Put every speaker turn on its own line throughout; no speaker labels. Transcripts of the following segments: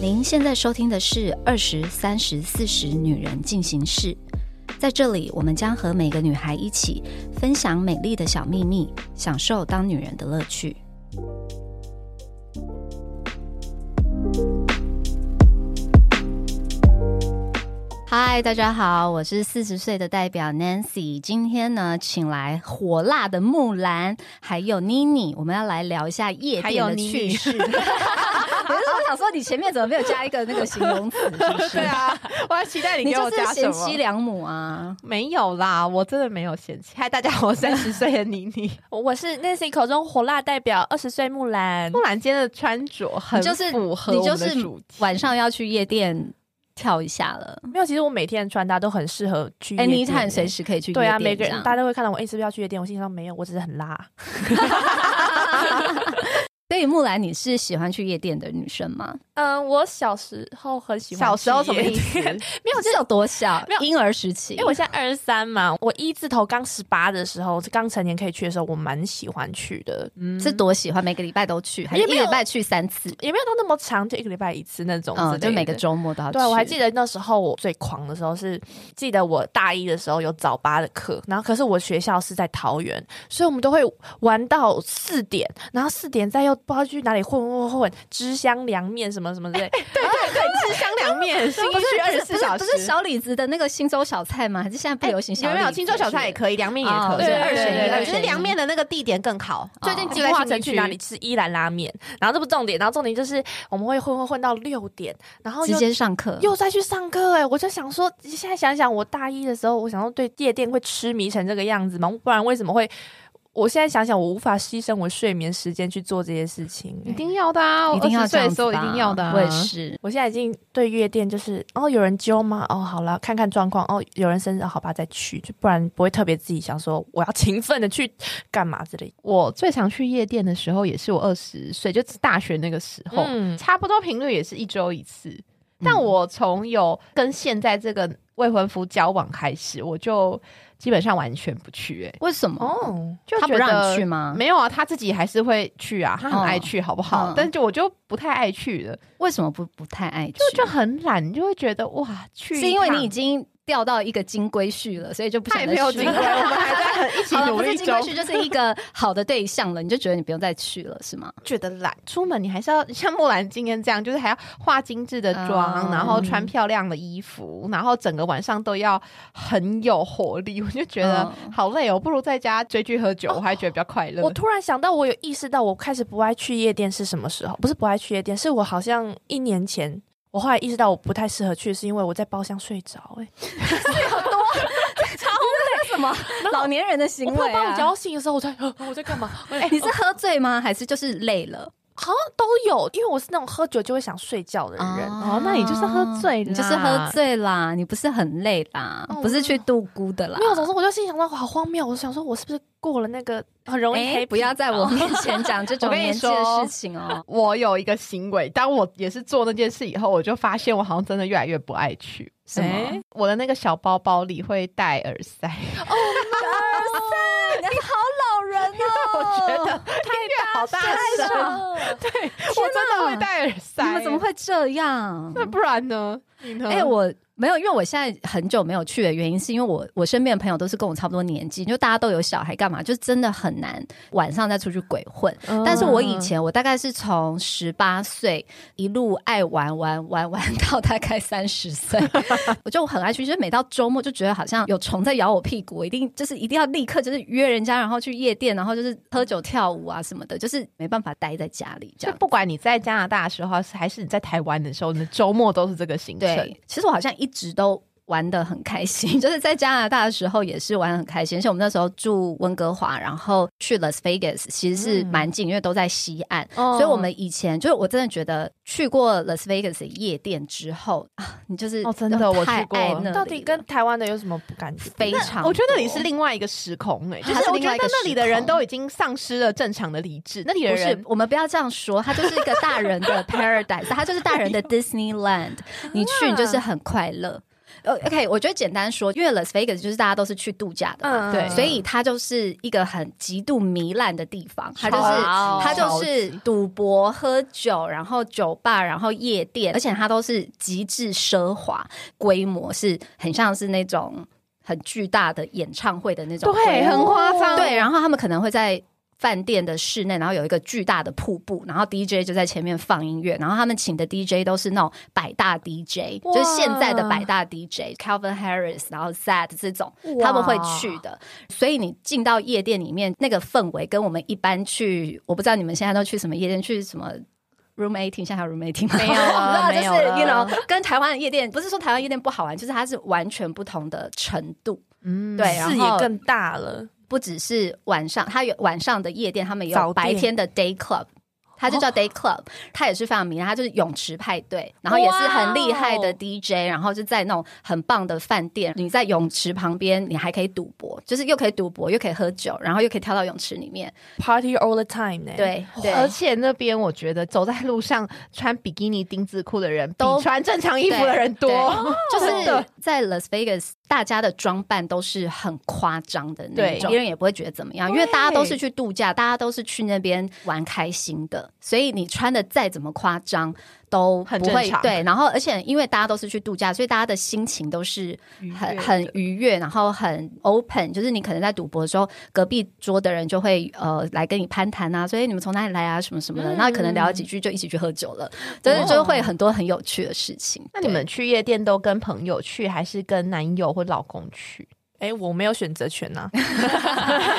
您现在收听的是《二十三十四十女人进行式》，在这里，我们将和每个女孩一起分享美丽的小秘密，享受当女人的乐趣。嗨，大家好，我是四十岁的代表 Nancy。今天呢，请来火辣的木兰，还有妮妮，我们要来聊一下夜
还
店
有
的
妮
趣
妮
事。 我是我想说，你前面怎么没有加一个那个形容词？是不是
对啊， 我还期待你
你
给我
就是
加什
贤妻
么？
良母啊！
没有啦，我真的没有嫌弃。嗨，大家好，我三十岁的妮 妮。
我是 Nancy 口中火辣代表，二十岁木兰
木。兰今天的穿着很
你就是
符合
你
我
就
们的
是
主题。
晚上要去夜店跳一下了。
没有，其实我每天的穿搭都很适合去夜
哎，
店
你看随时可以去夜店
对
这
啊，
样。
每个人大家都会看到我，哎、是不是要去夜店？我心想没有，我只是很辣。
所以木兰，你是喜欢去夜店的女生吗？
嗯，我小时候很喜欢。
小时候什么意？ 思？
没有，这有多小
没？有
婴儿时期。
因为我现在二十三嘛，我一字头刚十八的时候，刚成年可以去的时候，我蛮喜欢去的，
嗯
是多喜欢，每个礼拜都去，还是一
也
个
没有
礼拜去三次？
也没有到那么长，就一个礼拜一次那种之类的。
嗯，就每个周末都要去。
对，我还记
得。
得那时候我最狂的时候是，记得我大一的时候有早八的课，然后可是我学校是在桃园，所以我们都会玩到四点，然后四点再又不知道去哪里混混混混，吃香凉面什么什么之类。
对对对，吃香凉 面，新一
不是
区
不
二
是
十
不
四
是
小时哎
不。是小哎李子的那个新洲小菜吗？还是现在不流行小
有
李子？
没有青州小菜也可以，凉面也
哦
可以，
对
二选
对对
一，二选
对
一。就是凉面的那个地点更好。
哦
最近
它
进
就在
化
信
成
义
去
区
哪里吃伊兰拉面，然后这不重点，然后重点就是我们会混混混到六点，然后
直
又
接上课。
哦又再去上课哎、我就想说，现在想想，我大一的时候，我想说对夜店会痴迷成这个样子吗？不然为什么会？我现在想想，我无法牺牲我睡眠时间去做这些事情、欸
一定要的啊！
一定要这
20岁
样
的时
子
候一
吧
定要的啊。
我也是。
我现在已经对夜店就是，哦，有人揪吗？哦，好了，看看状况。哦，有人生日，好吧，再去，就不然不会特别自己想说我要勤奋的去干嘛之类的。
我最常去夜店的时候也是我二十岁，就大学那个时候，
嗯
差不多频率也是一周一次。但
嗯
我从有跟现在这个未婚夫交往开始，我就基本上完全不去、欸，
为什么？
哦，
就
他
觉
不让
得
你去吗？
没有啊，他自己还是会去啊，他很
嗯
爱去，好不好？
嗯
但就我就不太爱去了，
为什么不不太爱去？
就就很懒，你就会觉得哇，去一
是因为
趟
你已经掉到一个金龟婿了，所以就不
太
想
没
再
有
去
经过，我
了。
们还在很一 起
好了，
努
不
力
是金龟
中。
婿，就是一个好的对象了，你就觉得你不用再去了，是吗？
觉得懒，出门你还是要像木兰今天这样，就是还要化精致的妆，
嗯
然后穿漂亮的衣服，然后整个晚上都要很有活力。 我就觉得
嗯哦
好累哦，不如在家追剧喝酒，我还觉得比较快乐
我。突然想到，我有意识到我开始不爱去夜店是什么时候？不是不爱去夜店，是我好像一年前，我后来意识到我不太适合去，是因为我在包厢睡着、欸。哎，
为什么 老年人的行
我朋
为
友把我
啊？
摇醒的时候，我在、呃、 我在干嘛？哎、
你是喝醉吗？还是就是累了？
好像都有，因为我是那种喝酒就会想睡觉的人。
哦那你就是喝醉啦
啊你就是喝醉啦，你不是很累啦，
哦
不是去度孤的啦
没。有，总之我就心想到，好荒谬！我想说，我是不是过了那个很容易
哎
黑皮？
不要在我面前讲这种
我跟你
年纪的
说
事情 哦。
我有一个行为，当我也是做那件事以后，我就发现我好像真的越来越不爱去。
什么？
哎
我的那个小包包里会带耳塞，
你好老人
我
哦！
觉得音乐好大
太
声，
爽
哦
我真的会戴耳塞。
你们怎么？会这样？
那不然呢？你呢？
哎、我没有，因为我现在很久没有去的原因，是因为我我身边的朋友都是跟我差不多年纪，就大家都有小孩，干嘛，就真的很难晚上再出去鬼混。
嗯
但是我以前，我大概是从十八岁一路爱玩玩玩玩到大概三十 岁，我就很爱去，就是每到周末就觉得好像有虫在咬我屁股，我一定就是一定要立刻就是约人家，然后去夜店，然后就是喝酒跳舞啊什么的，就是没办法待在家里这
就
样。
不管你在加拿大的时候，还是你在台湾的时候，你的周末都是这个行程。
对，其实我好像一直都玩的很开心， 就是在加拿大的时候也是玩得很开心。像我们那时候住温哥华，然后去 Las Vegas，其
嗯
实是蛮近，因为都在西岸。
哦
所以我们以前就是，我真的觉得去过 Las Vegas 的夜店之后啊，你就是
哦真的我
太
去过
爱那
到
里
底
了
跟台湾的有什么不感觉？
非常多，
我觉得你是另外一个时空哎、
它
就是
是
我
另
觉
外
得
一个
那里的
时空
人都已经丧失了正常的理智，那里的
不是
人，
我们不要这样说，它就是一
啊
个大人的 paradise，它就是大人的 Disneyland。你去，你就是很快乐。呃，OK，我觉得简单说，因为 Las Vegas 就是大家都是去度假的嘛，
嗯，
对
所以它就是一个很极度糜烂的地方，它就是
超
它就是赌博、喝酒，然后酒吧，然后夜店，而且它都是极致奢华，规模是很像是那种很巨大的演唱会的那种规模，
对，很夸张，
对，然后他们可能会在。饭店的室内，然后有一个巨大的瀑布，然后 DJ 就在前面放音乐，然后他们请的 DJ 都是那种百大 DJ，
哇
就是现在的百大 DJ，Calvin Harris，然后 Zad 这种
哇
他们会去的。所以你进到夜店里面，那个氛围跟我们一般去，我不知道你们现在都去什么夜店，去什么 Room Eighteen，现在还有 Room Eighteen 吗？
没有了
我不知道就
没有
是 you
了
know，跟台湾的夜店不是说台湾夜店不好玩，就是它是完全不同的程度。
嗯
对然后
视野更大了，
不只是晚上，它有晚上的夜店，他们也
早
有
店哦
白天的 day club。它就叫 day club，、它也是非常迷，它就是泳池派对，然后也是很厉害
哇
的
哦
DJ，然后就在那种很棒的饭店，你在泳池旁边，你还可以赌博，就是又可以赌博，又可以喝酒，然后又可以跳到泳池里面，
party all the time 欸呢、
对对，
而且那边我觉得走在路上穿比基尼丁字裤的人比
都
穿正常衣服的人
对
多， 哦
就
真的
是在 Las Vegas，大家的装扮都是很夸张的那
对
种，别人也不会觉得怎么样，因为大家都是去度假，大家都是去那边玩开心的，所以你穿的再怎么夸张都
很
不会
正常
对。然后，而且因为大家都是去度假，所以大家的心情都是
愉悦
很
的
很愉悦，然后很 open，就是你可能在赌博的时候，隔壁桌的人就会呃来跟你攀谈啊，所以你们从哪里来啊，什么什
嗯
么的，那可能聊几句就一起去喝酒了，就是就会很多很有趣的事情。
那你
对
们去夜店都跟朋友去，还是跟男友或老公去？
哎、我没有选择权啊 呐、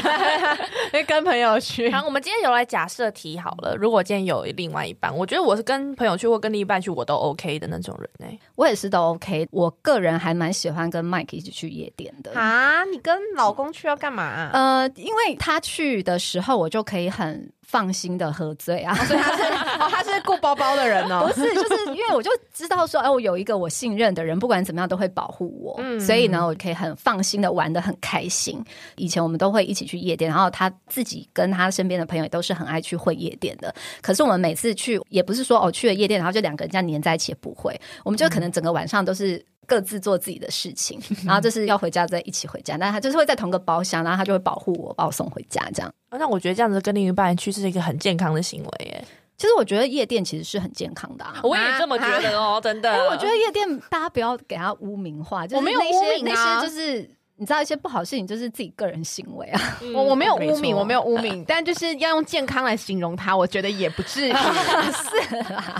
跟朋友 去
然后我们今天有来假设题好了，如果今天有另外一半，我觉得我是跟朋友去或跟另一半去，我都 OK 的那种人呢、
我也是都 OK，我个人还蛮喜欢跟 Mike 一起去夜店的。
啊？你跟老公去要干嘛、啊
呃，因为他去的时候，我就可以很放心的喝醉啊。
所以他是哦，他是顾包包的人
不
哦。
是，就是因为我就知道说，哎，我有一个我信任的人，不管怎么样都会保护我，
嗯
所以呢，我可以很放心的玩的很开心。以前我们都会一起去夜店，然后他自己跟他身边的朋友也都是很爱去混夜店的。可是我们每次去，也不是说哦去了夜店，然后就两个人这样黏在一起，也不会，我们就可能整个晚上都是。各自做自己的事情，然后就是要回家再一起回家，但他就是会在同个包厢，然后他就会保护我，把我送回家这样。
啊那我觉得这样子跟另一半去是一个很健康的行为耶、
其实我觉得夜店其实是很健康的、啊，
我也这么觉得哦，真的。
哎，我觉得夜店大家不要给它污名化，就是
我没有
那些
污名啊
那些就是你知道一些不好的事情，就是自己个人行为啊。
嗯
我我没有污
没
名，
错
我没有污名，但就是要用健康来形容他，我觉得也 不至于。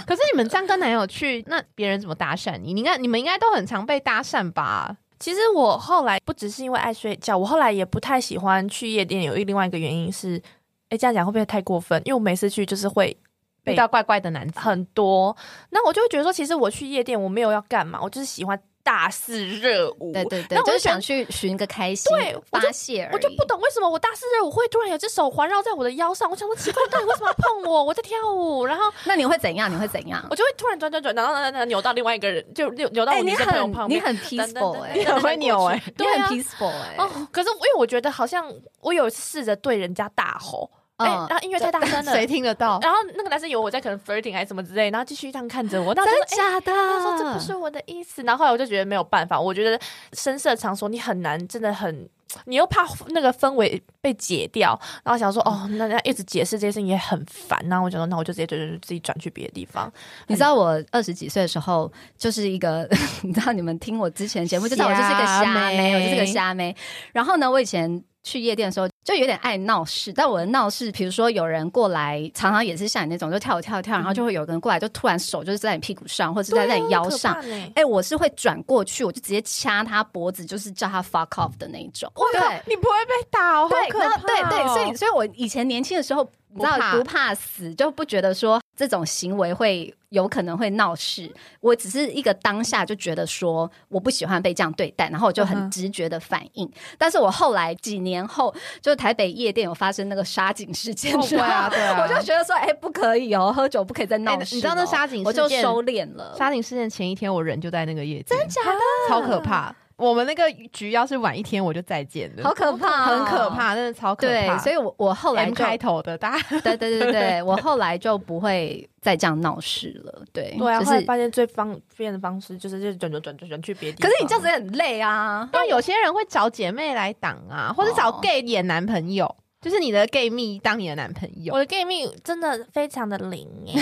可是你们这样跟男友去，那别人怎么搭讪你？你应该你们应该都很常被搭讪吧？
其实我后来不只是因为爱睡觉，我后来也不太喜欢去夜店。有一另外一个原因是，哎，这样讲会不会太过分？因为我每次去就是会被
遇到怪怪的男子，
很多，那我就会觉得说，其实我去夜店我没有要干嘛，我就是喜欢大肆热舞。
对对对
那，我
就
就是想
想去寻个开心，
对我就
发泄而已。
我就不懂为什么我大肆热舞会突然有只手环绕在我的腰上，我想说奇怪，到底为什么要碰我？我在跳舞，然后
那你会怎样？你会怎样？
我就会突然转转转，然后然后扭到另外一个人，就扭扭到我
哎你
女生朋友旁
很你
边。
很
等等
peaceful 哎、
等 等
很会扭哎
你
对
很
啊
peaceful 哎、
哦，可是因为我觉得好像我有一次试着对人家大吼，哎、
嗯
然后音乐太大声了，
谁听得到？
然后那个男生以为我在可能 flirting 还是什么之类，然后继续这样看着我，那我就
真的
说哎
假的？
他说这不是我的意思，然后后来我就觉得没有办法，我觉得深色场所你很难，真的很，你又怕那个氛围被解掉，然后想说哦，那那一直解释这些事情也很烦，然后我想说那我就直接就就自己转去别的地方，
你知道我二十几岁的时候，就是一个， 你知道你们听我之前的节目就知道我就是个
虾
虾妹，
妹
我就是个虾妹。然后呢，我以前去夜店的时候就有点爱闹事，但我的闹事，比如说有人过来，常常也是像你那种，就跳舞跳舞跳，然后就会有个人过来，就突然手就是在你屁股上，或者是在在你腰上。
对啊。
哎、我是会转过去，我就直接掐他脖子，就是叫他 fuck off 的那一种。对，
你不会被打哦，好
对，
可
然
怕
后
哦
对对，所以所以我以前年轻的时候，你知道
不怕
不怕死，就不觉得说这种行为会有可能会闹事。我只是一个当下就觉得说我不喜欢被这样对待，然后我就
嗯
很
哼
直觉的反应。但是我后来几年后，就台北夜店有发生那个杀警事件
哦
之后，
对啊对啊
我就觉得说，哎、不可以哦，喝酒不可以再闹
哎
事、哦
你知道那杀警
我就
事件
收敛了。
沙井事件前一天，我人就在那个夜店，真
假的
超可怕。我们那个局要是晚一天，我就再见了，
好可怕、哦
很可。怕，真的超可
对
怕。，
所
以
以我我后来
M
就
开头的，大家
对对对对，我后来就不会再这样闹事了。对，
对啊，
就
后来
是
发现最方便的方式就是就是转转转转转去别地
可
方。
是你这样子也很累啊。
但有些人会找姐妹来挡啊，或者找
哦
gay 演男朋友，就是你的 gay 蜜当你的男朋友
我。的 gay 蜜真的非常的灵欸耶，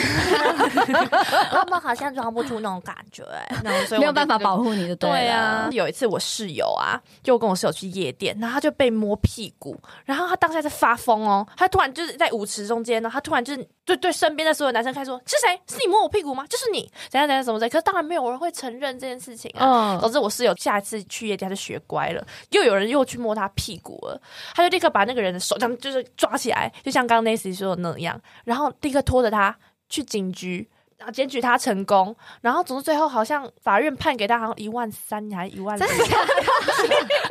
他们好像装不出那种感觉，欸然后所以我
没有办法
就
保护你就
对啊
啊，，
有一次我室友啊，就我跟我室友去夜店，然后他就被摸屁股，然后他当下在发疯哦，他突然就是在舞池中间呢，他突然就是对对身边的所有男生开始说：“是谁？是你摸我屁股吗？就是你，怎样怎样怎么的？”可是当然没有人会承认这件事情啊。
嗯，
总之，我室友下一次去夜店他就学乖了，又有人又去摸他屁股了，他就立刻把那个人的手这样就是抓起来，就像刚刚 Nancy 说的那样，然后立刻拖着他去警局。然后检举他成功，然后总之最后好像法院判给他好像一万三还一万四，
真的假的？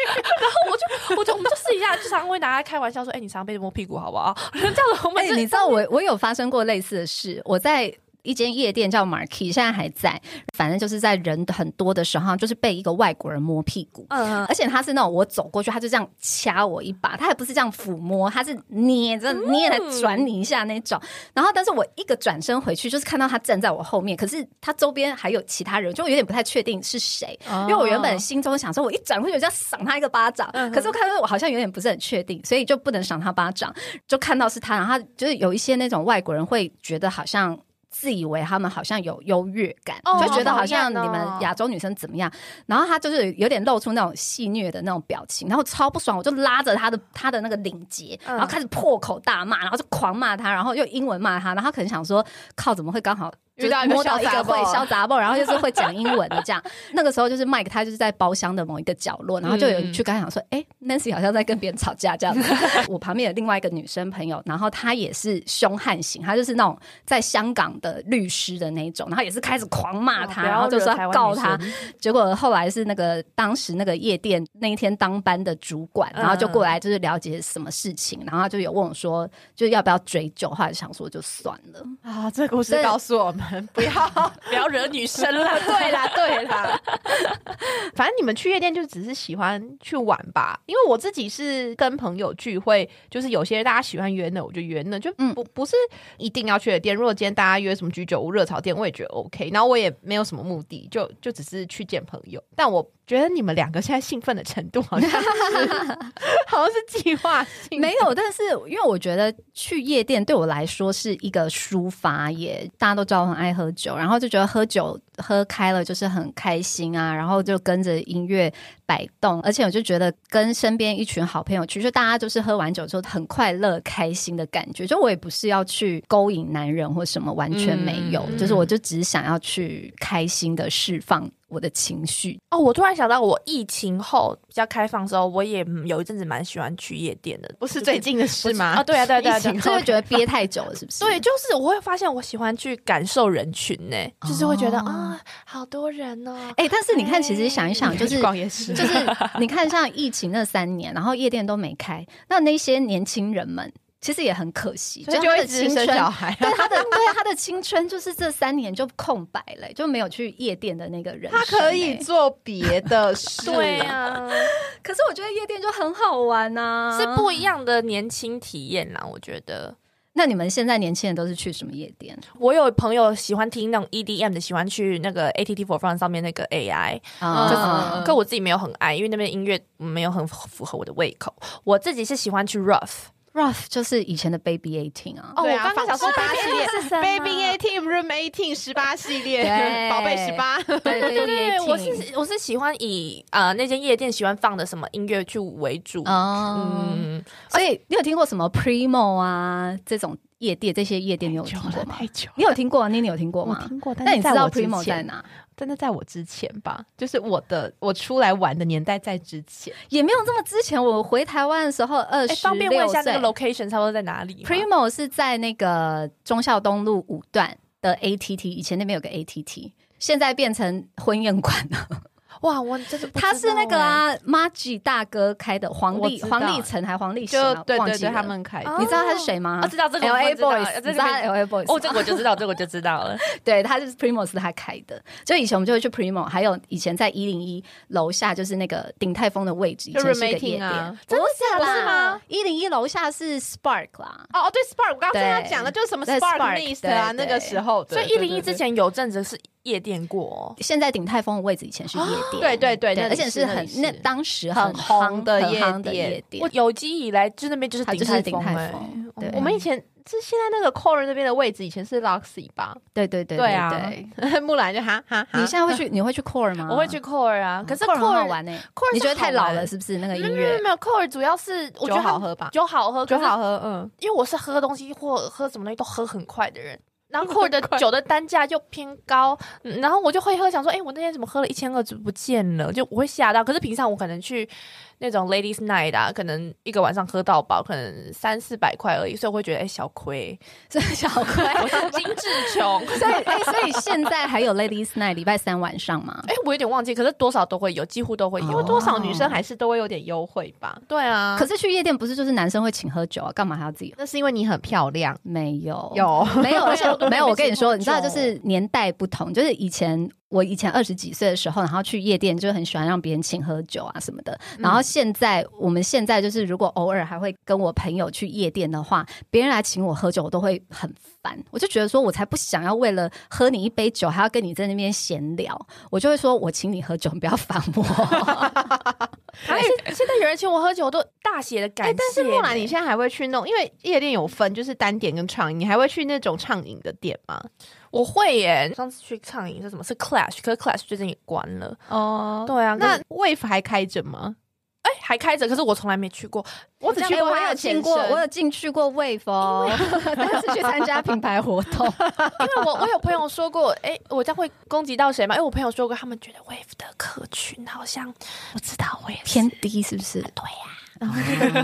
我就我们就试一下，就常会拿他开玩笑说：“哎、你常被摸屁股好不好？” 这样子我们
哎、
就、
你知道我我有发生过类似的事，我在。一间夜店叫 Marquee，现在还在。反正就是在人很多的时候，就是被一个外国人摸屁股，
嗯嗯
而且他是那种我走过去，他就这样掐我一把，他还不是这样抚摸，他是捏着捏来转你一下那种。然后，但是我一个转身回去，就是看到他站在我后面，可是他周边还有其他人，就有点不太确定是谁。因
哦
为我原
哦
本心中想说，我一转过去我就要赏他一个巴掌，
嗯
可是我看到我好像有点不是很确定，所以就不能赏他巴掌。就看到是他，然后他就是有一些那种外国人会觉得好像。自以为他们好像有优越感，
哦
就觉得好像
好讨厌
你
哦
们亚洲女生怎么样，
哦
然后他就是有点露出那种戏谑的那种表情，然后超不爽，我就拉着他的他的那个领结，
嗯
然后开始破口大骂，然后就狂骂他，然后用英文骂他，然后他可能想说靠，怎么会刚好
遇到一
就
个
摸到一
小杂
个
包
会小杂报，然后就是会讲英文的这样。那个时候就是 Mike 他就是在包厢的某一个角落，然后就有
嗯
人去跟他讲说，哎、n a n c y 好像在跟别人吵架这样子。 我旁边有另外一个女生朋友，然后她也是凶悍型，她就是那种在香港的律师的那一种，然后也是开始狂骂他，
哦不
然后
要
就
惹
说
台
要
湾
告
女
他，
生
结果后来是那个当时那个夜店那一天当班的主管，
嗯
然后就过来就是了解什么事情，然后他就有问我说，就要不要追究，后来想说就算了。
啊，这个故事
对
告诉我们不要
不要惹女生 了。
对啦，对啦， 反正你们去夜店就只是喜欢去玩吧，因为我自己是跟朋友聚会，就是有些大家喜欢约那，我就约那，就
嗯
不不是一定要去的店。如果今天大家约什么居酒屋、热炒店，我也觉得 OK，然后我也没有什么目的，就就只是去见朋友。但我觉得你们两个现在兴奋的程度好像是 好像是计划性，
没有，但是因为我觉得去夜店对我来说是一个抒发也大家都知道我很爱喝酒，然后就觉得喝酒喝开了就是很开心啊，然后就跟着音乐摆动，而且我就觉得跟身边一群好朋友去，就大家就是喝完酒之后很快乐、开心的感觉。就我也不是要去勾引男人或什么，完全没有，
嗯
就是我就只是想要去开心的释放我的情绪。
哦，我突然想到，我疫情后比较开放的时候，我也嗯有一阵子蛮喜欢去夜店的，
不是最近的事吗？
啊？对啊，对啊，对啊，
疫
对
情
啊。
就会觉得憋太久了，是不是？
对，就是我会发现我喜欢去感受人群呢、就是会觉得啊、好多人哦。
哎、但是你看，其实想一
嗯
想，就是
去逛夜 市，
就是你看，像疫情那三年，然后夜店都没开，那那些年轻人们其实也很可惜，
所以
就
就
他
一
的
直
青
生
春，
小孩 啊。
对他的对他的青春就是这三年就空白了、就没有去夜店的那个人、哎
他可以，做别的事，
对啊，
可是我觉得夜店就很好玩呐、
是不一样的年轻体验啦，我觉得。
那你们现在年轻人都是去什么夜店
我有朋友喜欢听那种 EDM 的，喜欢去那个 ATT for Fun 上面那个 AI，
嗯
就
嗯
呃
是可我自己没有很爱，因为那边音乐没有很符合我的胃口。我自己是喜欢去 Rough。
Rough 就是以前的 Baby Eighteen 啊。
哦，
对
我
啊
刚刚想说
十八系 列
是什么
Baby Eighteen Room Eighteen 十八系列
对，
宝贝十八，
对对
对对对，我是我是喜欢以呃那间夜店喜欢放的什么音乐去为主。
哦，
嗯，
所以你有听过什么 Primo 啊这种夜店？这些夜店你有听过
哎
吗？
久了
你有听过？妮妮有听过吗？
过，
那你知道
之
Primo 在
前，
哪？
但那在我之前吧，就是我的我出来玩的年代在之前，
也没有这么之前。我回台湾的时候，二
哎，
十
方便问一下那个
楼
location 差不多在哪里吗
Primo 是在那个忠孝东路五段的 ATT，以前那边有个 ATT，现在变成婚宴馆了。
哇，我真是不知道
他是那个
欸
啊 m a g i 大哥开的黄
我
立
知道
黄立成还黄立行
就
啊，
对
忘
对
记
对，
了
他们开的
哦
你知道他是谁吗
啊，知道这个
？L
我
A
知道
Boys，
这
你
个
知道
没
L A Boys
哦，
吗
这个我就知道，这个我就知道了。
对，他就是 Primos 他开的，所以以前我们就会去 Primo，还有以前在一零一楼下就是那个鼎泰丰的位置，以
就
前是个夜
Remating
店，
啊
不是
不是吗？
一零一楼下是 Spark 啦，
哦哦，对，Spark，我刚刚
对
正要讲的就是什么
对
Spark
Spark，
List 啊，
对对
那个时候的，
所以一
对
零一之。前有阵子是夜店过哦，
现在鼎泰丰的位置以前是夜店，
对对对
对，
那里
而且
是
是
那里
很
是
那当时
很
很
红
夯
的
很
夜
夯的
店
夜店
我，有记忆以来就那边就是
它
鼎
就是
泰
鼎
丰
泰
哎
丰，
哦
对
对我们以前是现在那个 c o r e 那边的位置，以前是 Luxy 吧？
对对对
对
对
啊
对。
木兰就哈哈哈，
你现在会去你会去 Core 吗？
我会去 Core 啊，可是
嗯 Core 很好
Core
玩呢，
Core
你觉得太老了
是
是不是？那个
好玩？没
音
有没有
乐
没 有没有，Core 主要是我觉
酒
得
好
它
喝吧？
酒好喝，
酒
可是
好喝，嗯，
因为我是喝东西或喝什么东西都喝很快的人，然后 Core 的酒的单价又偏高，嗯然后我就会喝，想说，哎、我那天怎么喝了一千二就不见了，就我会吓到。可是平常我可能去那种 Ladies Night 啊，可能一个晚上喝到饱，可能三四百块而已，所以我会觉得，哎、小亏，
是小 亏。
我是精致穷。
所以，哎、所以现在还有 Ladies Night 礼拜三晚上吗？
哎、我有点忘记，可是多少都会有，几乎都会有。
因为多少女生还是都会有点优惠吧？
对啊，
可是去夜店不是就是男生会请喝酒啊，干嘛还要自己喝？
那是因为你很漂亮，
没有，
有
没有？而且
对啊
没有，我跟你说，
都没请喝酒
你知道，就是年代不同，就是以前我以前二十几岁的时候，然后去夜店就很喜欢让别人请喝酒啊什么的。然后现在，我们现在就是如果偶尔还会跟我朋友去夜店的话，别人来请我喝酒，我都会很烦。我就觉得说，我才不想要为了喝你一杯酒，还要跟你在那边闲聊。我就会说，我请你喝酒，你不要烦我。
哎、现在有人请我喝酒，我都大写的感
哎、
谢、
但是木兰，你现在还会去弄？因为夜店有分，就是单点跟畅饮，你还会去那种畅饮的店吗？
我会耶，上次去畅饮是什么？是 Clash，可是 Clash 最近也关了。
哦
对啊，
那
那
Wave 还开着吗？
哎还开着，可是我从来没去过。
我只去
哎
过
我
它
有
的
进
前身，
过，我有进去过 Wave，哦 但是去参加品牌活动。
因为我我有朋友说过，哎、我这样会攻击到谁吗？因为我朋友说过，他们觉得 Wave 的客群好像，我知道我也 是
偏低是不是？哦
对呀、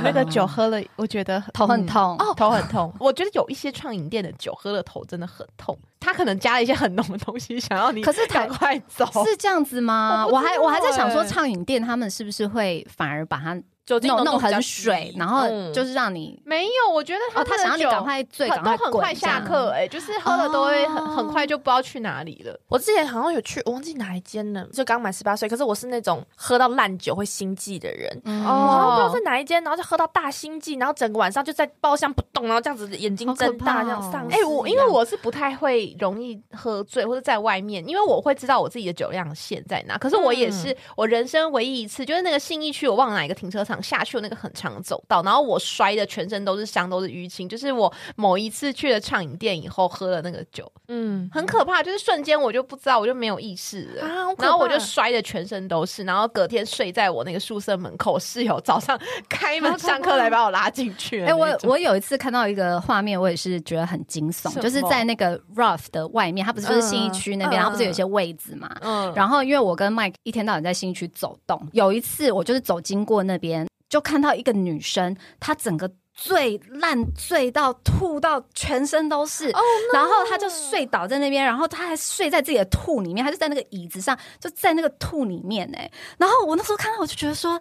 那个酒喝了，我觉得
嗯头很
嗯
痛。
哦，头很痛。我觉得有一些畅饮店的酒喝了头真的很痛，他可能加了一些很浓的东西，想要你
可是台
赶快走。
是这样子吗？
我
我
不知道
还我还在想说，
欸
畅饮店他们是不是会反而把它
酒精
弄
浓度
弄
比较
很水
低，
然后
嗯
就是让你
没有，我觉得
哦，他
他们
想要
的
你
酒
赶快醉，赶
很
快
都很
滚
快
这样哦
下课，哎，就是喝了都会很很快就不知道去哪里了。
我之前好像有去，我忘记哪一间了，就刚满十八岁，可是我是那种喝到烂酒会心悸的人。
嗯
我好像不知道
哦
在哪一间，然后就喝到大心悸，然后整个晚上就在包厢不动，然后这样子眼睛
好可
睁
怕哦
大，这样丧尸
哎、
一样。
我因为我是不太会容易喝醉，或者在外面，因为我会知道我自己的酒量线在哪。可是我也是、
嗯
我人生唯一一次，就是那个信义区，我忘了哪一个停车场下去有那个很长的走道，然后我摔的全身都是伤，都是淤青。就是我某一次去了畅饮店以后喝了那个酒，
嗯
很可怕，就是瞬间我就不知道，我就没有意识了。
啊，好可
然后我就
怕
摔的全身都是，然后隔天睡在我那个宿舍门口，室友早 上开门上课来把我拉进去的
哎、
那种。
我我有一次看到一个画面，我也是觉得很惊悚
什，么
就是在那个 Rough 的外面，它不是就是信义区那边，
嗯
然后不是有一些位置嘛，
嗯
然后因为我跟 Mike 一天到晚在新区走动，有一次我就是走经过那边，就看到一个女生，她整个醉烂醉到吐到全身都是。然后她就睡倒在那边，然后她还睡在自己的吐里面，她就在那个椅子上，就在那个吐里面哎、然后我那时候看到，我就觉得说，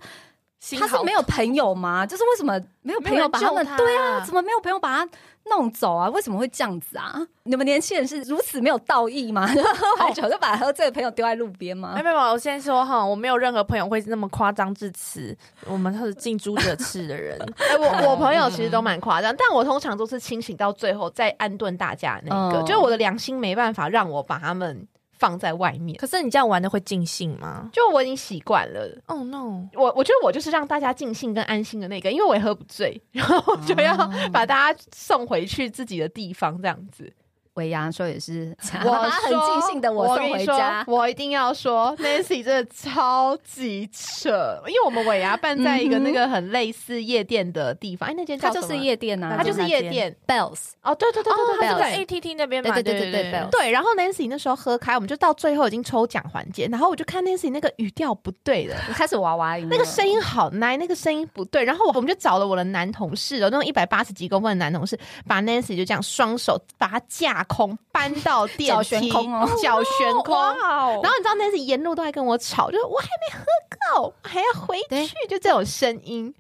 她是没有朋友吗？就是为什么没有朋友把他们对啊，
啊
怎么没有朋友把她弄走啊？为什么会这样子啊？你们年轻人是如此没有道义吗？ 喝完酒就把喝醉的朋友丢在路边吗？
哦
没有没有，我先说哈，我没有任何朋友会那么夸张至此。我们是近朱者赤的人，
哎、我 我朋友其实都蛮夸张，但我通常都是清醒到最后再安顿大家的那一个，
嗯
就是我的良心没办法让我把他们放在外面，
可是你这样玩的会尽兴吗
就我已经习惯了。
？Oh no！
我我觉得我就是让大家尽兴跟安心的那个，因为我也喝不醉，然后我就要把大家送回去自己的地方，这样子。
维亚说也是，
我
把很
说
尽兴的
我
送
跟你
回
说
家，。
我一定要说，Nancy 真的超级扯，因为我们尾牙办在一个那个很类似夜店的地方，哎，那间
它
叫
就是
什么，
夜店啊，
它就是夜店。
Bells，
哦，对对对对对，
它是
它是
在
在
ATT 那边
对
嘛，
对对对对对
对，然后 Nancy 那时候喝开，我们就到最后已经抽奖环节，然后我就看 Nancy 那个语调不对 了。
开始娃娃音了，
那个声音好奶，那个声音不对。然后我们就找了我的男同事哦，那种一百八十几公分的男同事，把 Nancy 就这样双手把她架架空搬到电梯，
脚悬空哦
脚悬空。
哇哦
然后你知道那次沿路都在跟我吵，就是我还没喝够，还要回
对
去，就这种声音，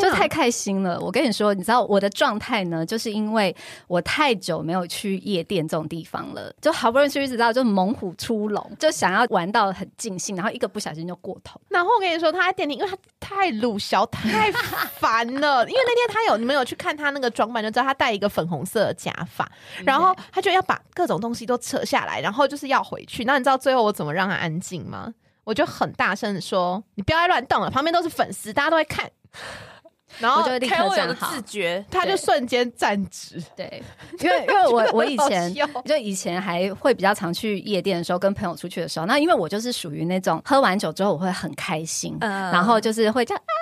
就太开心了。我跟你说，你知道我的状态呢，就是因为我太久没有去夜店这种地方了，就好不容易去，直到就猛虎出笼，就想要玩到很尽兴，然后一个不小心就过头。
然后我跟你说，他在店里，因为他太鲁小，太烦了。因为那天他有，你们有去看他那个装扮，就知道他戴一个粉红色的假发，
嗯
然后他就要把各种东西都扯下来，然后就是要回去。那你知道最后我怎么让他安静吗？我就很大声的说：“你不要再乱动了，旁边都是粉丝，大家都在看。”然
我
后
就会立刻
开我有
站
的
好，
自觉，
他就
对
瞬间站直，
对，因为因为我我以 前
好笑
就以前还会比较常去夜店的时候，跟朋友出去的时候，那因为我就是属于那种喝完酒之后我会很开心，
嗯
然后就是会这样啊，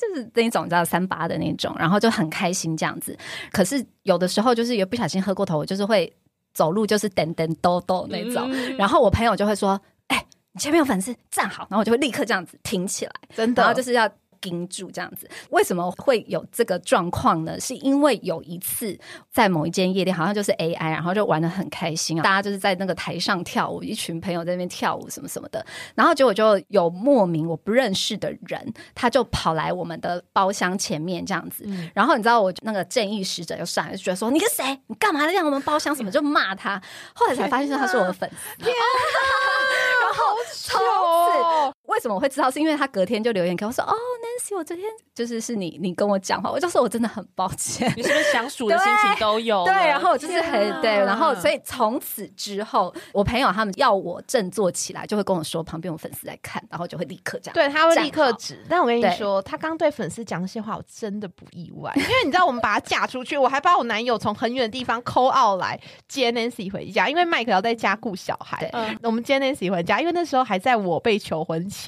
就是那种你知道三八的那种，然后就很开心这样子。可是有的时候就是也不小心喝过头，我就是会走路就是噔噔抖抖那种，
嗯
然后我朋友就会说：“哎、你前面有粉丝，站好。”然后我就会立刻这样子挺起来。
真
然后
的
就是要盯住这样子。为什么会有这个状况呢？是因为有一次在某一间夜店，好像就是 AI，然后就玩的很开心啊，大家就是在那个台上跳舞，一群朋友在那边跳舞什么什么的。然后结果就有莫名我不认识的人，他就跑来我们的包厢前面这样子。然后你知道我那个正义使者就上来就觉得说：“你是谁？你干嘛让我们包厢什么？”就骂他。后来才发现他是我的粉丝。然后
好糗哦
为什么我会知道？是因为他隔天就留言给我说：“哦，Nancy，我昨天就是是你，你跟我讲话，我就说我真的很抱 歉。
你是不是想数的心情都”有了？
对，然后我就是很
天啊
对，然后所以从此之后，我朋友他们要我振作起来，就会跟我说旁边有粉丝在看，然后就会立刻这样。
对，他会
站
立刻
好
止。但我跟你
对
说，他刚对粉丝讲那些话，我真的不意外， 因为你知道，我们把他嫁出去，我还把我男友从很远的地方 call out 来接 Nancy 回家，因为麦克要在家顾小孩
对。
嗯我们接 Nancy 回家，因为那时候还在我被求婚前。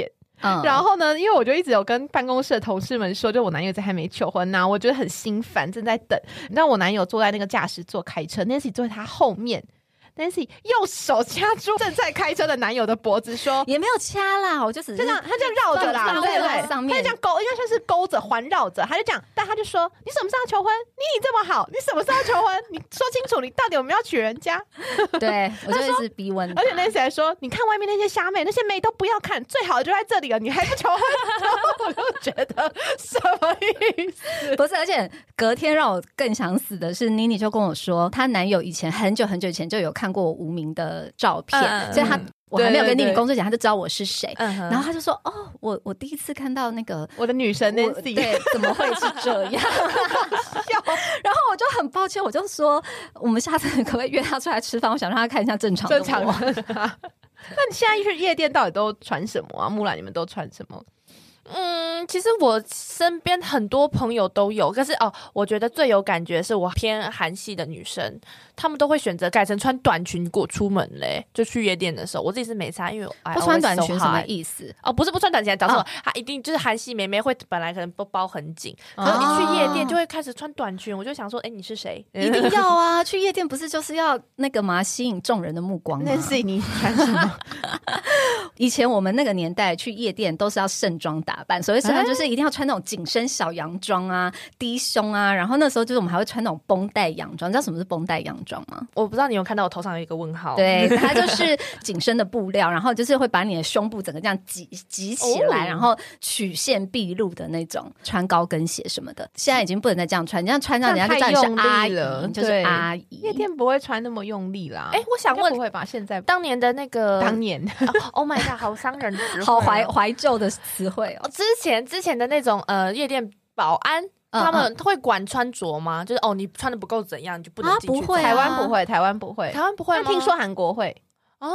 嗯
然后呢，因为我就一直有跟办公室的同事们说，就我男友在还没求婚呐、我觉得很心烦，正在等。你知道我男友坐在那个驾驶座开车，Nancy 坐在他后面。Nancy 右手掐住正在开车的男友的脖子，说：“
也没有掐啦，我就只是
就这 样，他这样绕着啦，
放
对
在
不对？
上
他
面
就这样勾，应该算是勾着环绕着，他就这样，但他就说：“你什么时候要求婚？你你这么好，你什么时候要求婚？你说清楚，你到底有没有要娶人家
对我就一直逼 问他，
而且 Nancy 还说：“你看外面那些虾妹，那些妹都不要看，最好的就在这里了，你还不求婚？” 然后我就觉得什么意思？
不是，而且隔天让我更想死的是，妮妮就跟我说，她男友以前很久很久以前就有看过我无名的照片，
嗯嗯
所以她我还没有
对对
跟妮妮
对
工作前，她就知道我是谁。
嗯哼，
然后她就说：“哦，我我第一次看到那个
我的女神
我
Nancy
对，怎么会是这样？”然后我就很抱歉，我就说我们下次可不可以约她出来吃饭？我想让她看一下正常的
正常
我。
人啊。 那你现在去夜店到底都穿什么啊？木兰，你们都穿什么？
嗯，其实我身边很多朋友都有，可是哦，我觉得最有感觉是我偏韩系的女生，她们都会选择改成穿短裙过出门嘞，就去夜店的时候，我自己是没差，因为我
不穿短裙什么
思？
意嗯思？
哦，不是不穿短裙，讲错了，她、一定就是韩系妹妹会本来可能都包很紧，可
啊
是一去
哦
夜店就会开始穿短裙，我就想说，哎，你是谁？
一定要啊！去夜店不是就是要那个嘛，吸引众人的目光吗？
Nancy 你穿什么？
以前我们那个年代去夜店都是要盛装打扮，所谓盛装就是一定要穿那种紧身小洋装啊、低胸啊，然后那时候就是我们还会穿那种绷带洋装，你知道什么是绷带洋装吗？
我不知道你有看到我头上有一个问号，，
对，它就是紧身的布料，然后就是会把你的胸部整个这样挤挤起来，
哦
然后曲线毕露的那种，穿高跟鞋什么的，现在已经不能再这样穿，这样穿上人家就叫你
这样
是
太
阿
用力了
姨，就是
对
阿姨。
夜店不会穿那么用力啦。
哎，我想
应该
问
不，会吧？现在
当年的那个
当年
，Oh my god，好伤 人的词汇哦，
好怀怀旧的词汇哦
哦，，之前之前的那种呃夜店保安，
嗯
他们会管穿着吗？就是哦，你穿的不够怎样，你就不能
啊
进去走。
不会啊
台湾不会，台湾不会
台。湾不会
但
吗？
听说韩国会，
哦，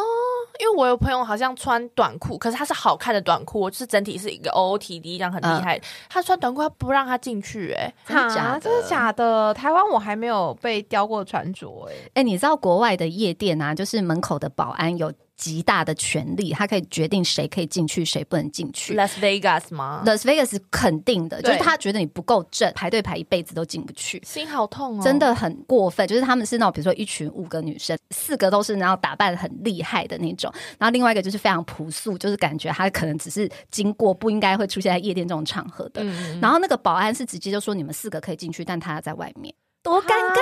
因为我有朋友好像穿短裤，可是他是好看的短裤，就是整体是一个 OOTD 这样很厉
嗯
害。他穿短裤，他不让他进去、欸，
真的假
啊
的
真的假的？台湾我还没有被雕过穿着哎、
哎、你知道国外的夜店啊，就是门口的保安有极大的权利，他可以决定谁可以进去，谁不能进去。
Las Vegas 吗？
Las Vegas 肯定的，就
对
是他觉得你不够正，排队排一辈子都进不去。
心好痛哦，
真。的很过分，就是他们是那种，比如说一群五个女生，四个都是然后打扮很厉害的那种，然后另外一个就是非常朴素，就是感觉他可能只是经过，不应该会出现在夜店这种场合的。
嗯，
然后那个保安是直接就说你们四个可以进去，但他在外面。多尴尬！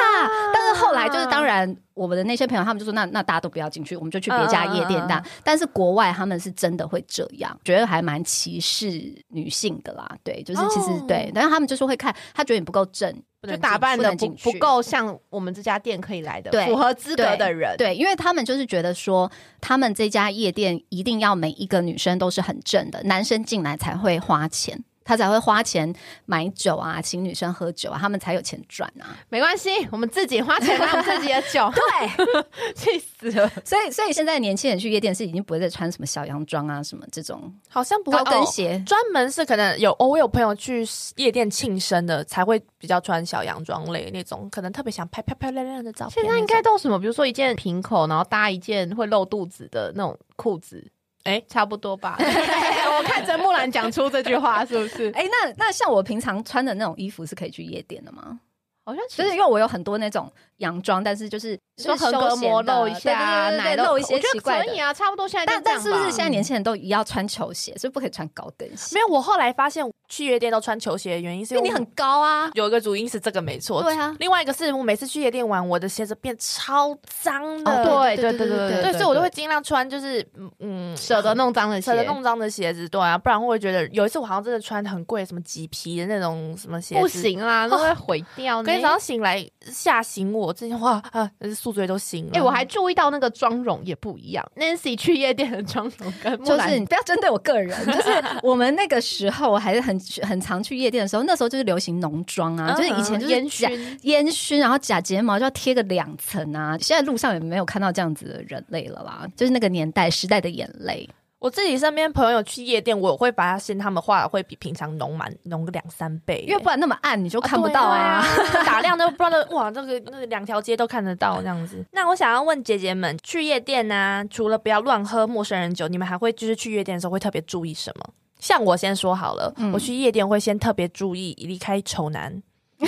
但是后来就是，当然我们的那些朋友他们就说，那那大家都不要进去，我们就去别家夜店
嗯
大。但是国外他们是真的会这样，觉得还蛮歧视女性的啦。对，就是其实、
哦
对，但是他们就是会看，他觉得你不够正，不
就
能
打
进
扮
不
的
能
不
进
不
去
够像我们这家店可以来的
对
符合资格
对
的人，
对，因为他们就是觉得说，他们这家夜店一定要每一个女生都是很正的，男生进来才会花钱，他才会花钱买酒啊，请女生喝酒啊，他们才有钱赚啊。
没关系，我们自己花钱买我们自己的 酒，
对，
气死了。
所以所以现在年轻人去夜店是已经不会再穿什么小洋装啊，什么这种
好像不会
高跟
哦
鞋。
专门是可能有哦，我有朋友去夜店庆生的，才会比较穿小洋装类那种，可能特别想拍漂漂亮亮的照片
现
那种。
在应该都有什么？比如说一件平口，然后搭一件会露肚子的那种裤子，
哎
差不多 吧。我看曾木兰讲出这句话，是不是？
哎、那那像我平常穿的那种衣服是可以去夜店的吗？
好像
就是因为我有很多那种洋装，但是就是
说
就是
横
休
膈
闲
膜
的
露一下，啊
对对对
奶
对露一些
我觉
奇
得
怪
可
的
以。啊，差不多现在
但
就这样
但
吧
是不是现在年轻人都一要穿球鞋，所以不可以穿高跟鞋？
没有。我后来发现去夜店都穿球鞋的原因是
因为
为
你很高啊。
有一个主因是这个没错，
对啊
另外一个是我每次去夜店玩，我的鞋子变超脏的，
哦
对对对对
对，所以我都会尽量穿就是嗯嗯
舍得弄脏的鞋，
舍得弄脏的鞋子，对啊，不然我会觉得有一次我好像真的穿很贵什么麂皮的那种什么鞋子，
不。行 欸啦，那会毁掉
我
呢。
跟你早上醒来吓醒我，这些话啊，宿醉都醒了。
哎、我还注意到那个妆容也不一样，Nancy 去夜店的妆容跟木
就
兰
是你不要针对我个人，就是我们那个时候，我还是很很常去夜店的时候，那时候就是流行浓妆啊，
嗯
就是以前就是
烟
假
熏。
烟熏，然后假睫毛就要贴个两层啊。现在路上也没有看到这样子的人类了啦，就是那个年代时代的眼泪。
我自己身边朋友去夜店，我会发现他们化的会比平常浓蛮浓个两三倍欸耶，
因为不然那么暗你就看不到
啊
啊。
对啊打量都不知道 哇，这个那个两条街都看得到这样子。那我想要问姐姐们，去夜店啊，除了不要乱喝陌生人酒，你们还会就是去夜店的时候会特别注意什么？像我先说好了，
嗯
我去夜店会先特别注意离开丑男，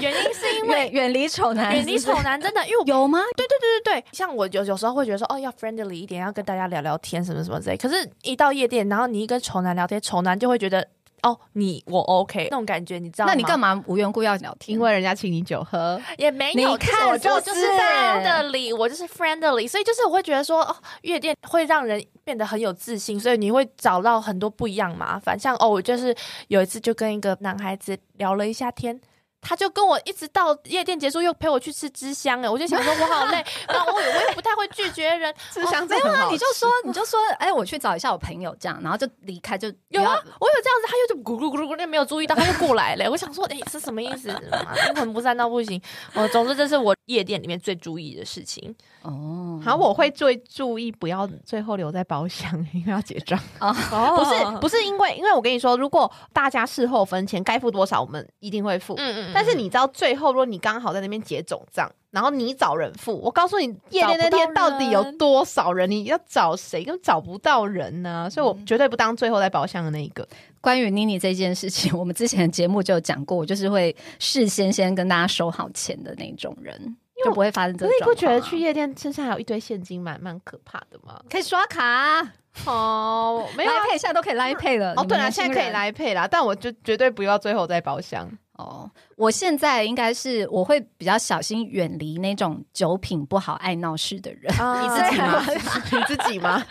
原因是啊因为
远远离丑男，
远离丑男真的，因为我
有吗？
对对对，像我有有时候会觉得说，哦，要 friendly 一点，要跟大家聊聊天，什么什么之类。可是，一到夜店，然后你一跟丑男聊天，丑男就会觉得，哦，你我 OK 那种感觉，你知道吗？
那你干嘛无缘故要聊天？
因为人家请你酒 喝，
也没有，
你
就是
看
我就
我
就
就是是
friendly，我就是 friendly，所以就是我会觉得说，哦，夜店会让人变得很有自信，所以你会找到很多不一样麻烦。像哦，我就是有一次就跟一个男孩子聊了一下天。他就跟我一直到夜店结束，又陪我去吃芝香哎，我就想说我好累，然后我也我也不太会拒绝人，
吃香
没
真
有
的很
啊，
好
你就说你就说，哎，我去找一下我朋友这样，然后就离开，就
有
不要，
啊我有这样子，他又就咕噜咕噜咕噜，没有注意到，他就过来了。我想说，哎、是什么意思？妈阴魂不散到不行。哦，总之这是我夜店里面最注意的事情。
哦，
好，我会最注意不要最后留在包厢，因为要结账。
哦
不 是不是因为，因为我跟你说，如果大家事后分钱，该付多少我们一定会付。
嗯
但是你知道，最后如果你刚好在那边结总账，然后你找人付，我告诉你，夜店那天到底有多少人，你要找谁，根本找不到人呢、所以我绝对不当最后在包厢的那一个。
关于妮妮这件事情，我 们之前的节目就有讲过，我就是会事先先跟大家收好钱的那种人，就不会发生这
可
种
是你
状况啊。
不觉得去夜店身上还有一堆现金蛮蛮可怕的吗？
可以刷卡、啊，
哦，没有啊、
来配，现在都可以来配了。
哦，
你们
对啦，
年轻
现在
人
可以来配啦，但我就绝对不要最后在包厢。
哦。我现在应该是我会比较小心远离那种酒品不好、爱闹事的 人，
啊
你
自己 吗？
你自己吗？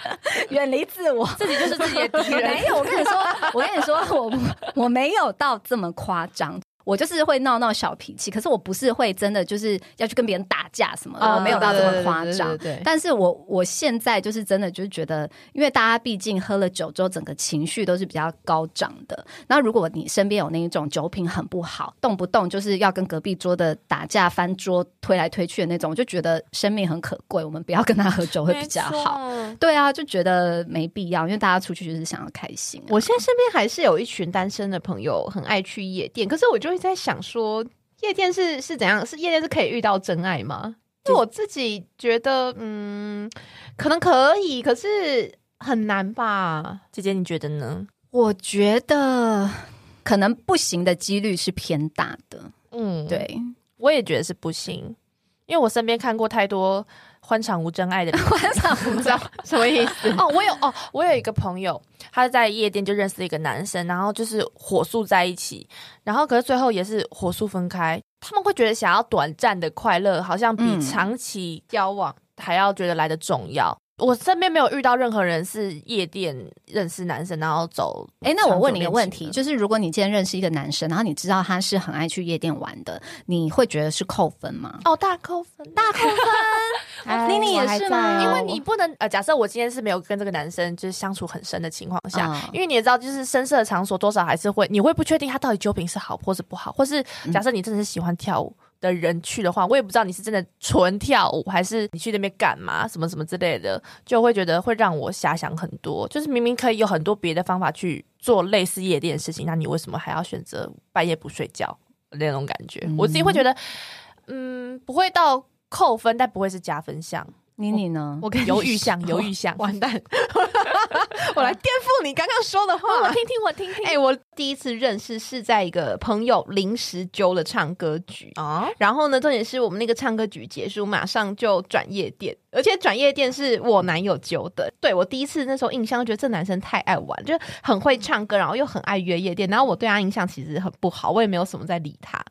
远离自我。
自己就是自己的敌人
没。有，我跟你说，我跟你说，我不我没有到这么夸张。我就是会闹闹小脾气，可是我不是会真的就是要去跟别人打架什么的，哦我没有到这么夸张
啊对。对对对对
但是我我现在就是真的就是觉得，因为大家毕竟喝了酒之后，整个情绪都是比较高涨的。那如果你身边有那一种酒品很不好，动不动就是要跟隔壁桌的打架、翻桌、推来推去的那种，我就觉得生命很可贵，我们不要跟他喝酒会比较好。
没错。
对啊，就觉得没必要，因为大家出去就是想要开心、啊。
我现在身边还是有一群单身的朋友很爱去夜店，可是我就会在想说，夜店是是怎样？是夜店是可以遇到真爱吗？就我自己觉得，嗯，可能可以，可是很难吧。
姐姐，你觉得呢？
我觉得可能不行的几率是偏大的，
嗯，
对，
我也觉得是不行，因为我身边看过太多欢场无真爱的人。
观赏不到。
什么意思？
哦，我有哦，我有一个朋友，他在夜店就认识一个男生，然后就是火速在一起，然后可是最后也是火速分开。他们会觉得想要短暂的快乐，好像比
嗯
长期
交往
还要觉得来的重要。我身边没有遇到任何人是夜店认识男生，然后走。
哎，那我问你一个问
长久恋情
题，
的
就是如果你今天认识一个男生，然后你知道他是很爱去夜店玩的，你会觉得是扣分吗？
哦，大扣分，大 扣分，
妮妮也是吗
因为你不能呃，假设我今天是没有跟这个男生就是相处很深的情况下，
嗯
因为你也知道，就是深色场所多少还是会，你会不确定他到底酒品是好或是不好，或是假设你真的是喜欢跳舞。的人去的话，我也不知道你是真的纯跳舞，还是你去那边干嘛，什么什么之类的，就会觉得会让我遐想很多。就是明明可以有很多别的方法去做类似夜店的事情，那你为什么还要选择半夜不睡觉那种感觉？我自己会觉得，嗯，不会到扣分，但不会是加分 项。
妮妮呢？
我跟你
犹豫 项，
说
犹豫项。
完蛋， 我来颠覆你刚刚说的话。
听听，我听听
哎、我第一次认识是在一个朋友临时揪了唱歌局。
啊，
然后呢，重点是我们那个唱歌局结束，马上就转夜店，而且转夜店是我男友揪的。对我第一次那时候印象，觉得这男生太爱玩，就很会唱歌，然后又很爱约夜店。然后我对他印象其实很不好，我也没有什么在理他。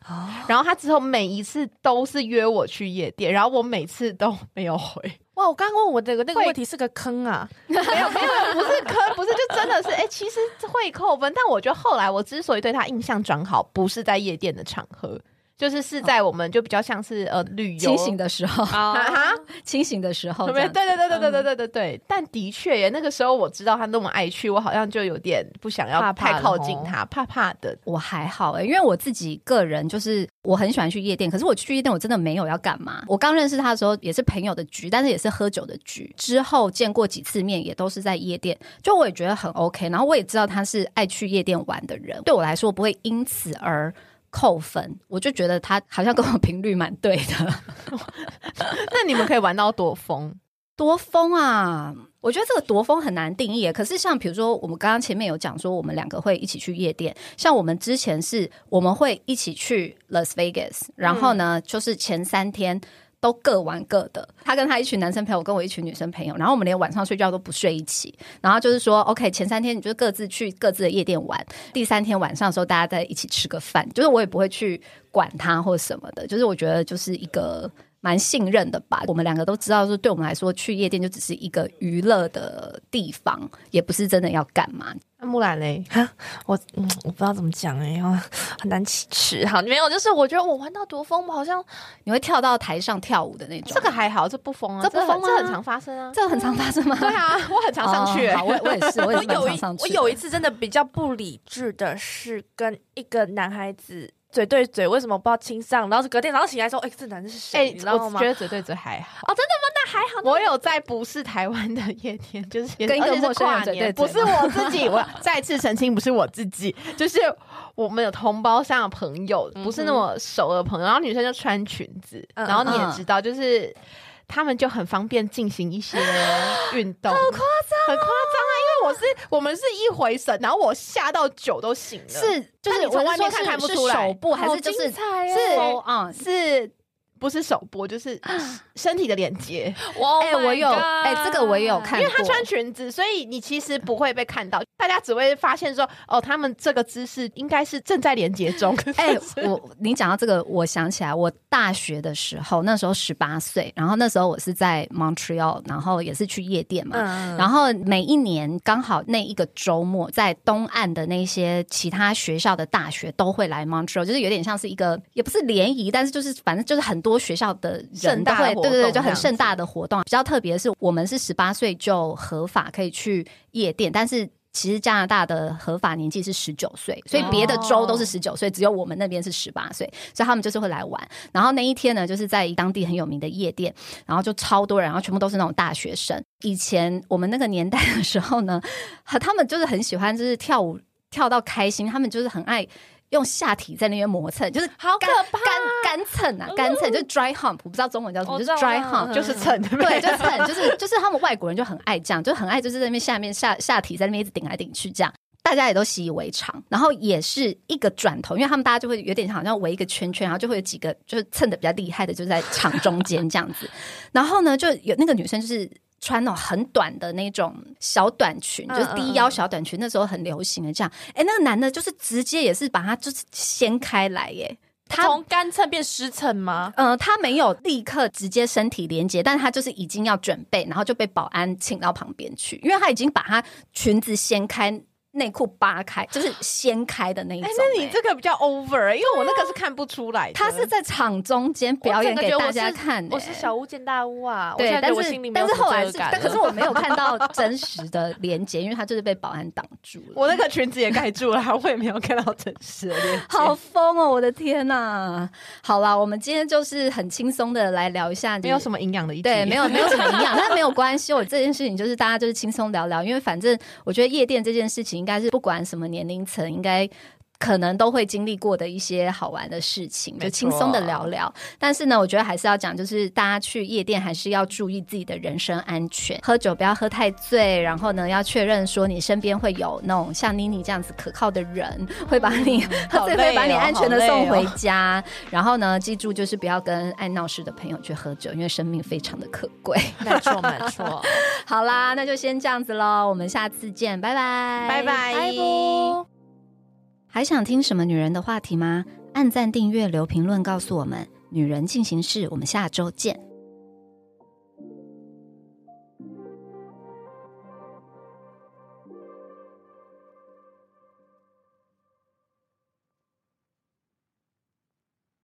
然后他之后每一次都是约我去夜店，然后我每次都没有回。
哇！我刚刚问我这个那个
会
问题是个坑啊，
没有没有，不是坑，不是就真的是哎、其实会扣分。但我觉得后来我之所以对他印象转好，不是在夜店的场合，就是是在我们就比较像是呃旅游
清醒的时候，
啊哈。
清醒的时候
对
这样，
对对对对对对对对，但的确耶，那个时候我知道他那么爱去，我好像就有点不想要
怕怕
太
的
靠
吼
近他，怕怕的。
我还好哎、因为我自己个人就是我很喜欢去夜店，可是我去夜店我真的没有要干嘛。我刚认识他的时候也是朋友的局，但是也是喝酒的局。之后见过几次面，也都是在夜店，就我也觉得很 OK。然后我也知道他是爱去夜店玩的人，对我来说我不会因此而。扣分，我就觉得他好像跟我频率蛮对的，
那你们可以玩到多疯？
多疯啊！我觉得这个多疯很难定义耶。可是像比如说，我们刚刚前面有讲说，我们两个会一起去夜店。像我们之前是，我们会一起去 Las Vegas，然后呢，就是前三天。都各玩各的，他跟他一群男生朋友，跟我一群女生朋友，然后我们连晚上睡觉都不睡一起。然后就是说，OK，前三天你就各自去各自的夜店玩，第三天晚上的时候大家在一起吃个饭，就是我也不会去管他或什么的，就是我觉得就是一个蛮信任的吧。我们两个都知道，说对我们来说去夜店就只是一个娱乐的地方，也不是真的要干嘛。
那木兰嘞？
我嗯，我不知道怎么讲哎、然后很难启齿。好，没有，就是我觉得我玩到多疯，我好像
你会跳到台上跳舞的那种，
这个还好，这不疯啊，
这不
很
疯
这
啊
很常发生啊。
这个很常发生吗？
对啊， 我很常上去
哦
耶。
好，我我也是，我也
我
是蛮
有
常
一
上去
我
的。
有一次真的比较不理智的是跟一个男孩子嘴对嘴，为什么不知道亲上？然后隔天早上醒来说，哎、这男的是谁？
哎、
你知道
我
吗
觉？得嘴对嘴还好。
哦，真的吗？那还好，
我有在不是台湾的夜店，就是也是
跟一个
而且是
陌生人
跨
嘴
年
对
不
嘴
是我自己。我再次澄清，不是我自己，就是我们有同胞上的朋友，不是那么熟的朋友。然后女生就穿裙子，
嗯
然后你
嗯
也知道，就是。他们就很方便进行一些运动，好夸张，很夸张啊！因为我是我们是一回神，然后我吓到酒都醒了，
是就
但你
是
从
我
外
是说
面看
是
看不
是
出来
手部还
好
是就是嗯
精彩耶
是
full on
是不是手播就是身体的连接？
我
哎我有哎这个我也有看
因为她
过
穿裙子，所以你其实不会被看到，大家只会发现说，哦，他们这个姿势应该是正在连接 中。
哎、我你讲到这个，我想起来，我大学的时候，那时候十八岁，然后那时候我是在 Montreal，然后也是去夜店嘛。
嗯
然后每一年刚好那一个周末，在东岸的那些其他学校的大学都会来 Montreal，就是有点像是一个也不是联谊，但是就是反正就是很多学校的人
盛
都
大
会，
活
对对对，
动
就
这
很
样
盛大的活动。比较特别的是，我们是十八岁就合法可以去夜店，但是。其实加拿大的合法年纪是十九岁，所以别的州都是十九岁，只有我们那边是十八岁，所以他们就是会来玩。然后那一天呢，就是在当地很有名的夜店，然后就超多人，然后全部都是那种大学生。以前我们那个年代的时候呢，和他们就是很喜欢就是跳舞跳到开心，他们就是很爱用下体在那边磨蹭，就是
好可
干
怕
干干蹭啊，干蹭就是 dry hump，我不知道中文叫什么，
我
就
知
是
道
dry
我知道
hump，
嗯
就是蹭，对不
对，就
对？
是很就是就是他们外国人就很爱这样，就很爱就是在那边下面下下体在那边一直顶来顶去这样。大家也都习以为常，然后也是一个转头，因为他们大家就会有点好像围一个圈圈，然后就会有几个就是蹭的比较厉害的，就在场中间这样子。然后呢，就有那个女生就是穿那种很短的那种小短裙，
嗯
就是低腰小短裙，那时候很流行的这样。哎，那个男的就是直接也是把她就是掀开来耶，他
从干蹭变湿蹭吗？
呃，他没有立刻直接身体连接，但他就是已经要准备，然后就被保安请到旁边去，因为他已经把他裙子掀开，内裤扒开，就是掀开的那一种、
哎
欸。，
那你这个比较 over，因为我那个是看不出来的。
他是在场中间表演给大家看、欸
我是小巫见大巫啊！我现
对，
在
但
我
是
心里没
但
有
是后来
罪恶
是，
感
但可
了
是我没有看到真实的连接，因为他就是被保安挡住了。
我那个裙子也盖住了，我也没有看到真实的脸。
好，疯哦！我的天呐、好啦，我们今天就是很轻松的来聊一下，
没有什么营养的一集
对，没有没有什么 营养，但没有关系。我这件事情就是大家就是轻松聊聊，因为反正我觉得夜店这件事情应该是不管什么年龄层，应该。可能都会经历过的一些好玩的事情，就
没
轻
错
松的聊聊。但是呢，我觉得还是要讲，就是大家去夜店还是要注意自己的人身安全，喝酒不要喝太醉，然后呢，要确认说你身边会有那种像妮妮这样子可靠的人，会把你、 喝醉
好累
会
哦
把你安全的
好累哦
送回家。然后呢，记住就是不要跟爱闹事的朋友去喝酒，因为生命非常的可贵。
没错没错，
好啦，那就先这样子喽，我们下次见，拜拜，
拜拜
拜拜。
还想听什么女人的话题吗？按赞、订阅、留评论，告诉我们。女人进行式，我们下周见。